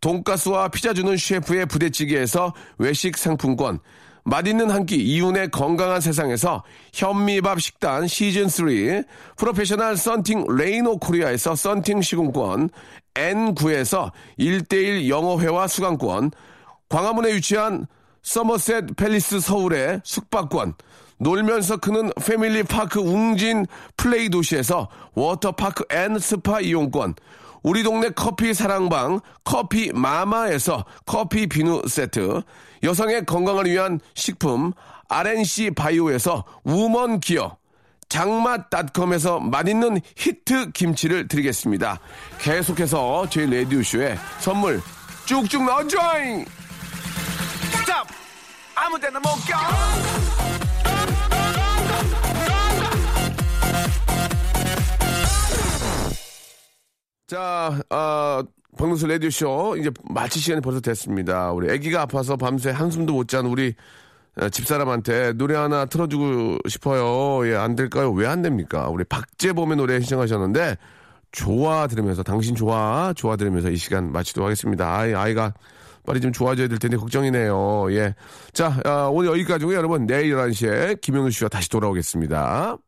Speaker 1: 돈가스와 피자 주는 셰프의 부대찌개에서 외식 상품권, 맛있는 한 끼 이윤의 건강한 세상에서 현미밥 식단 시즌 3 프로페셔널 썬팅 레이노 코리아에서 썬팅 시공권 N9에서 1대1 영어회화 수강권 광화문에 위치한 서머셋 팰리스 서울의 숙박권, 놀면서 크는 패밀리 파크 웅진 플레이 도시에서 워터파크 앤 스파 이용권, 우리 동네 커피 사랑방 커피 마마에서 커피 비누 세트, 여성의 건강을 위한 식품 RNC 바이오에서 우먼 기어, 장맛닷컴에서 맛있는 히트 김치를 드리겠습니다. 계속해서 저희 레디오쇼에 선물 쭉쭉 넣어줘잉!
Speaker 3: 스탑! 아무 데나 못 가!
Speaker 1: 자, 아, 박명수 라디오쇼 이제 마칠 시간이 벌써 됐습니다. 우리 아기가 아파서 밤새 한숨도 못 잔 우리 어, 집사람한테 노래 하나 틀어주고 싶어요. 예, 안 될까요? 왜 안 됩니까? 우리 박재범의 노래 신청하셨는데 좋아 들으면서 당신 좋아 좋아 들으면서 이 시간 마치도록 하겠습니다. 아이 아이가 빨리 좀 좋아져야 될 텐데 어, 걱정이네요. 예, 자 아, 오늘 여기까지고요. 여러분 내일 11시에 김현우 씨와 다시 돌아오겠습니다.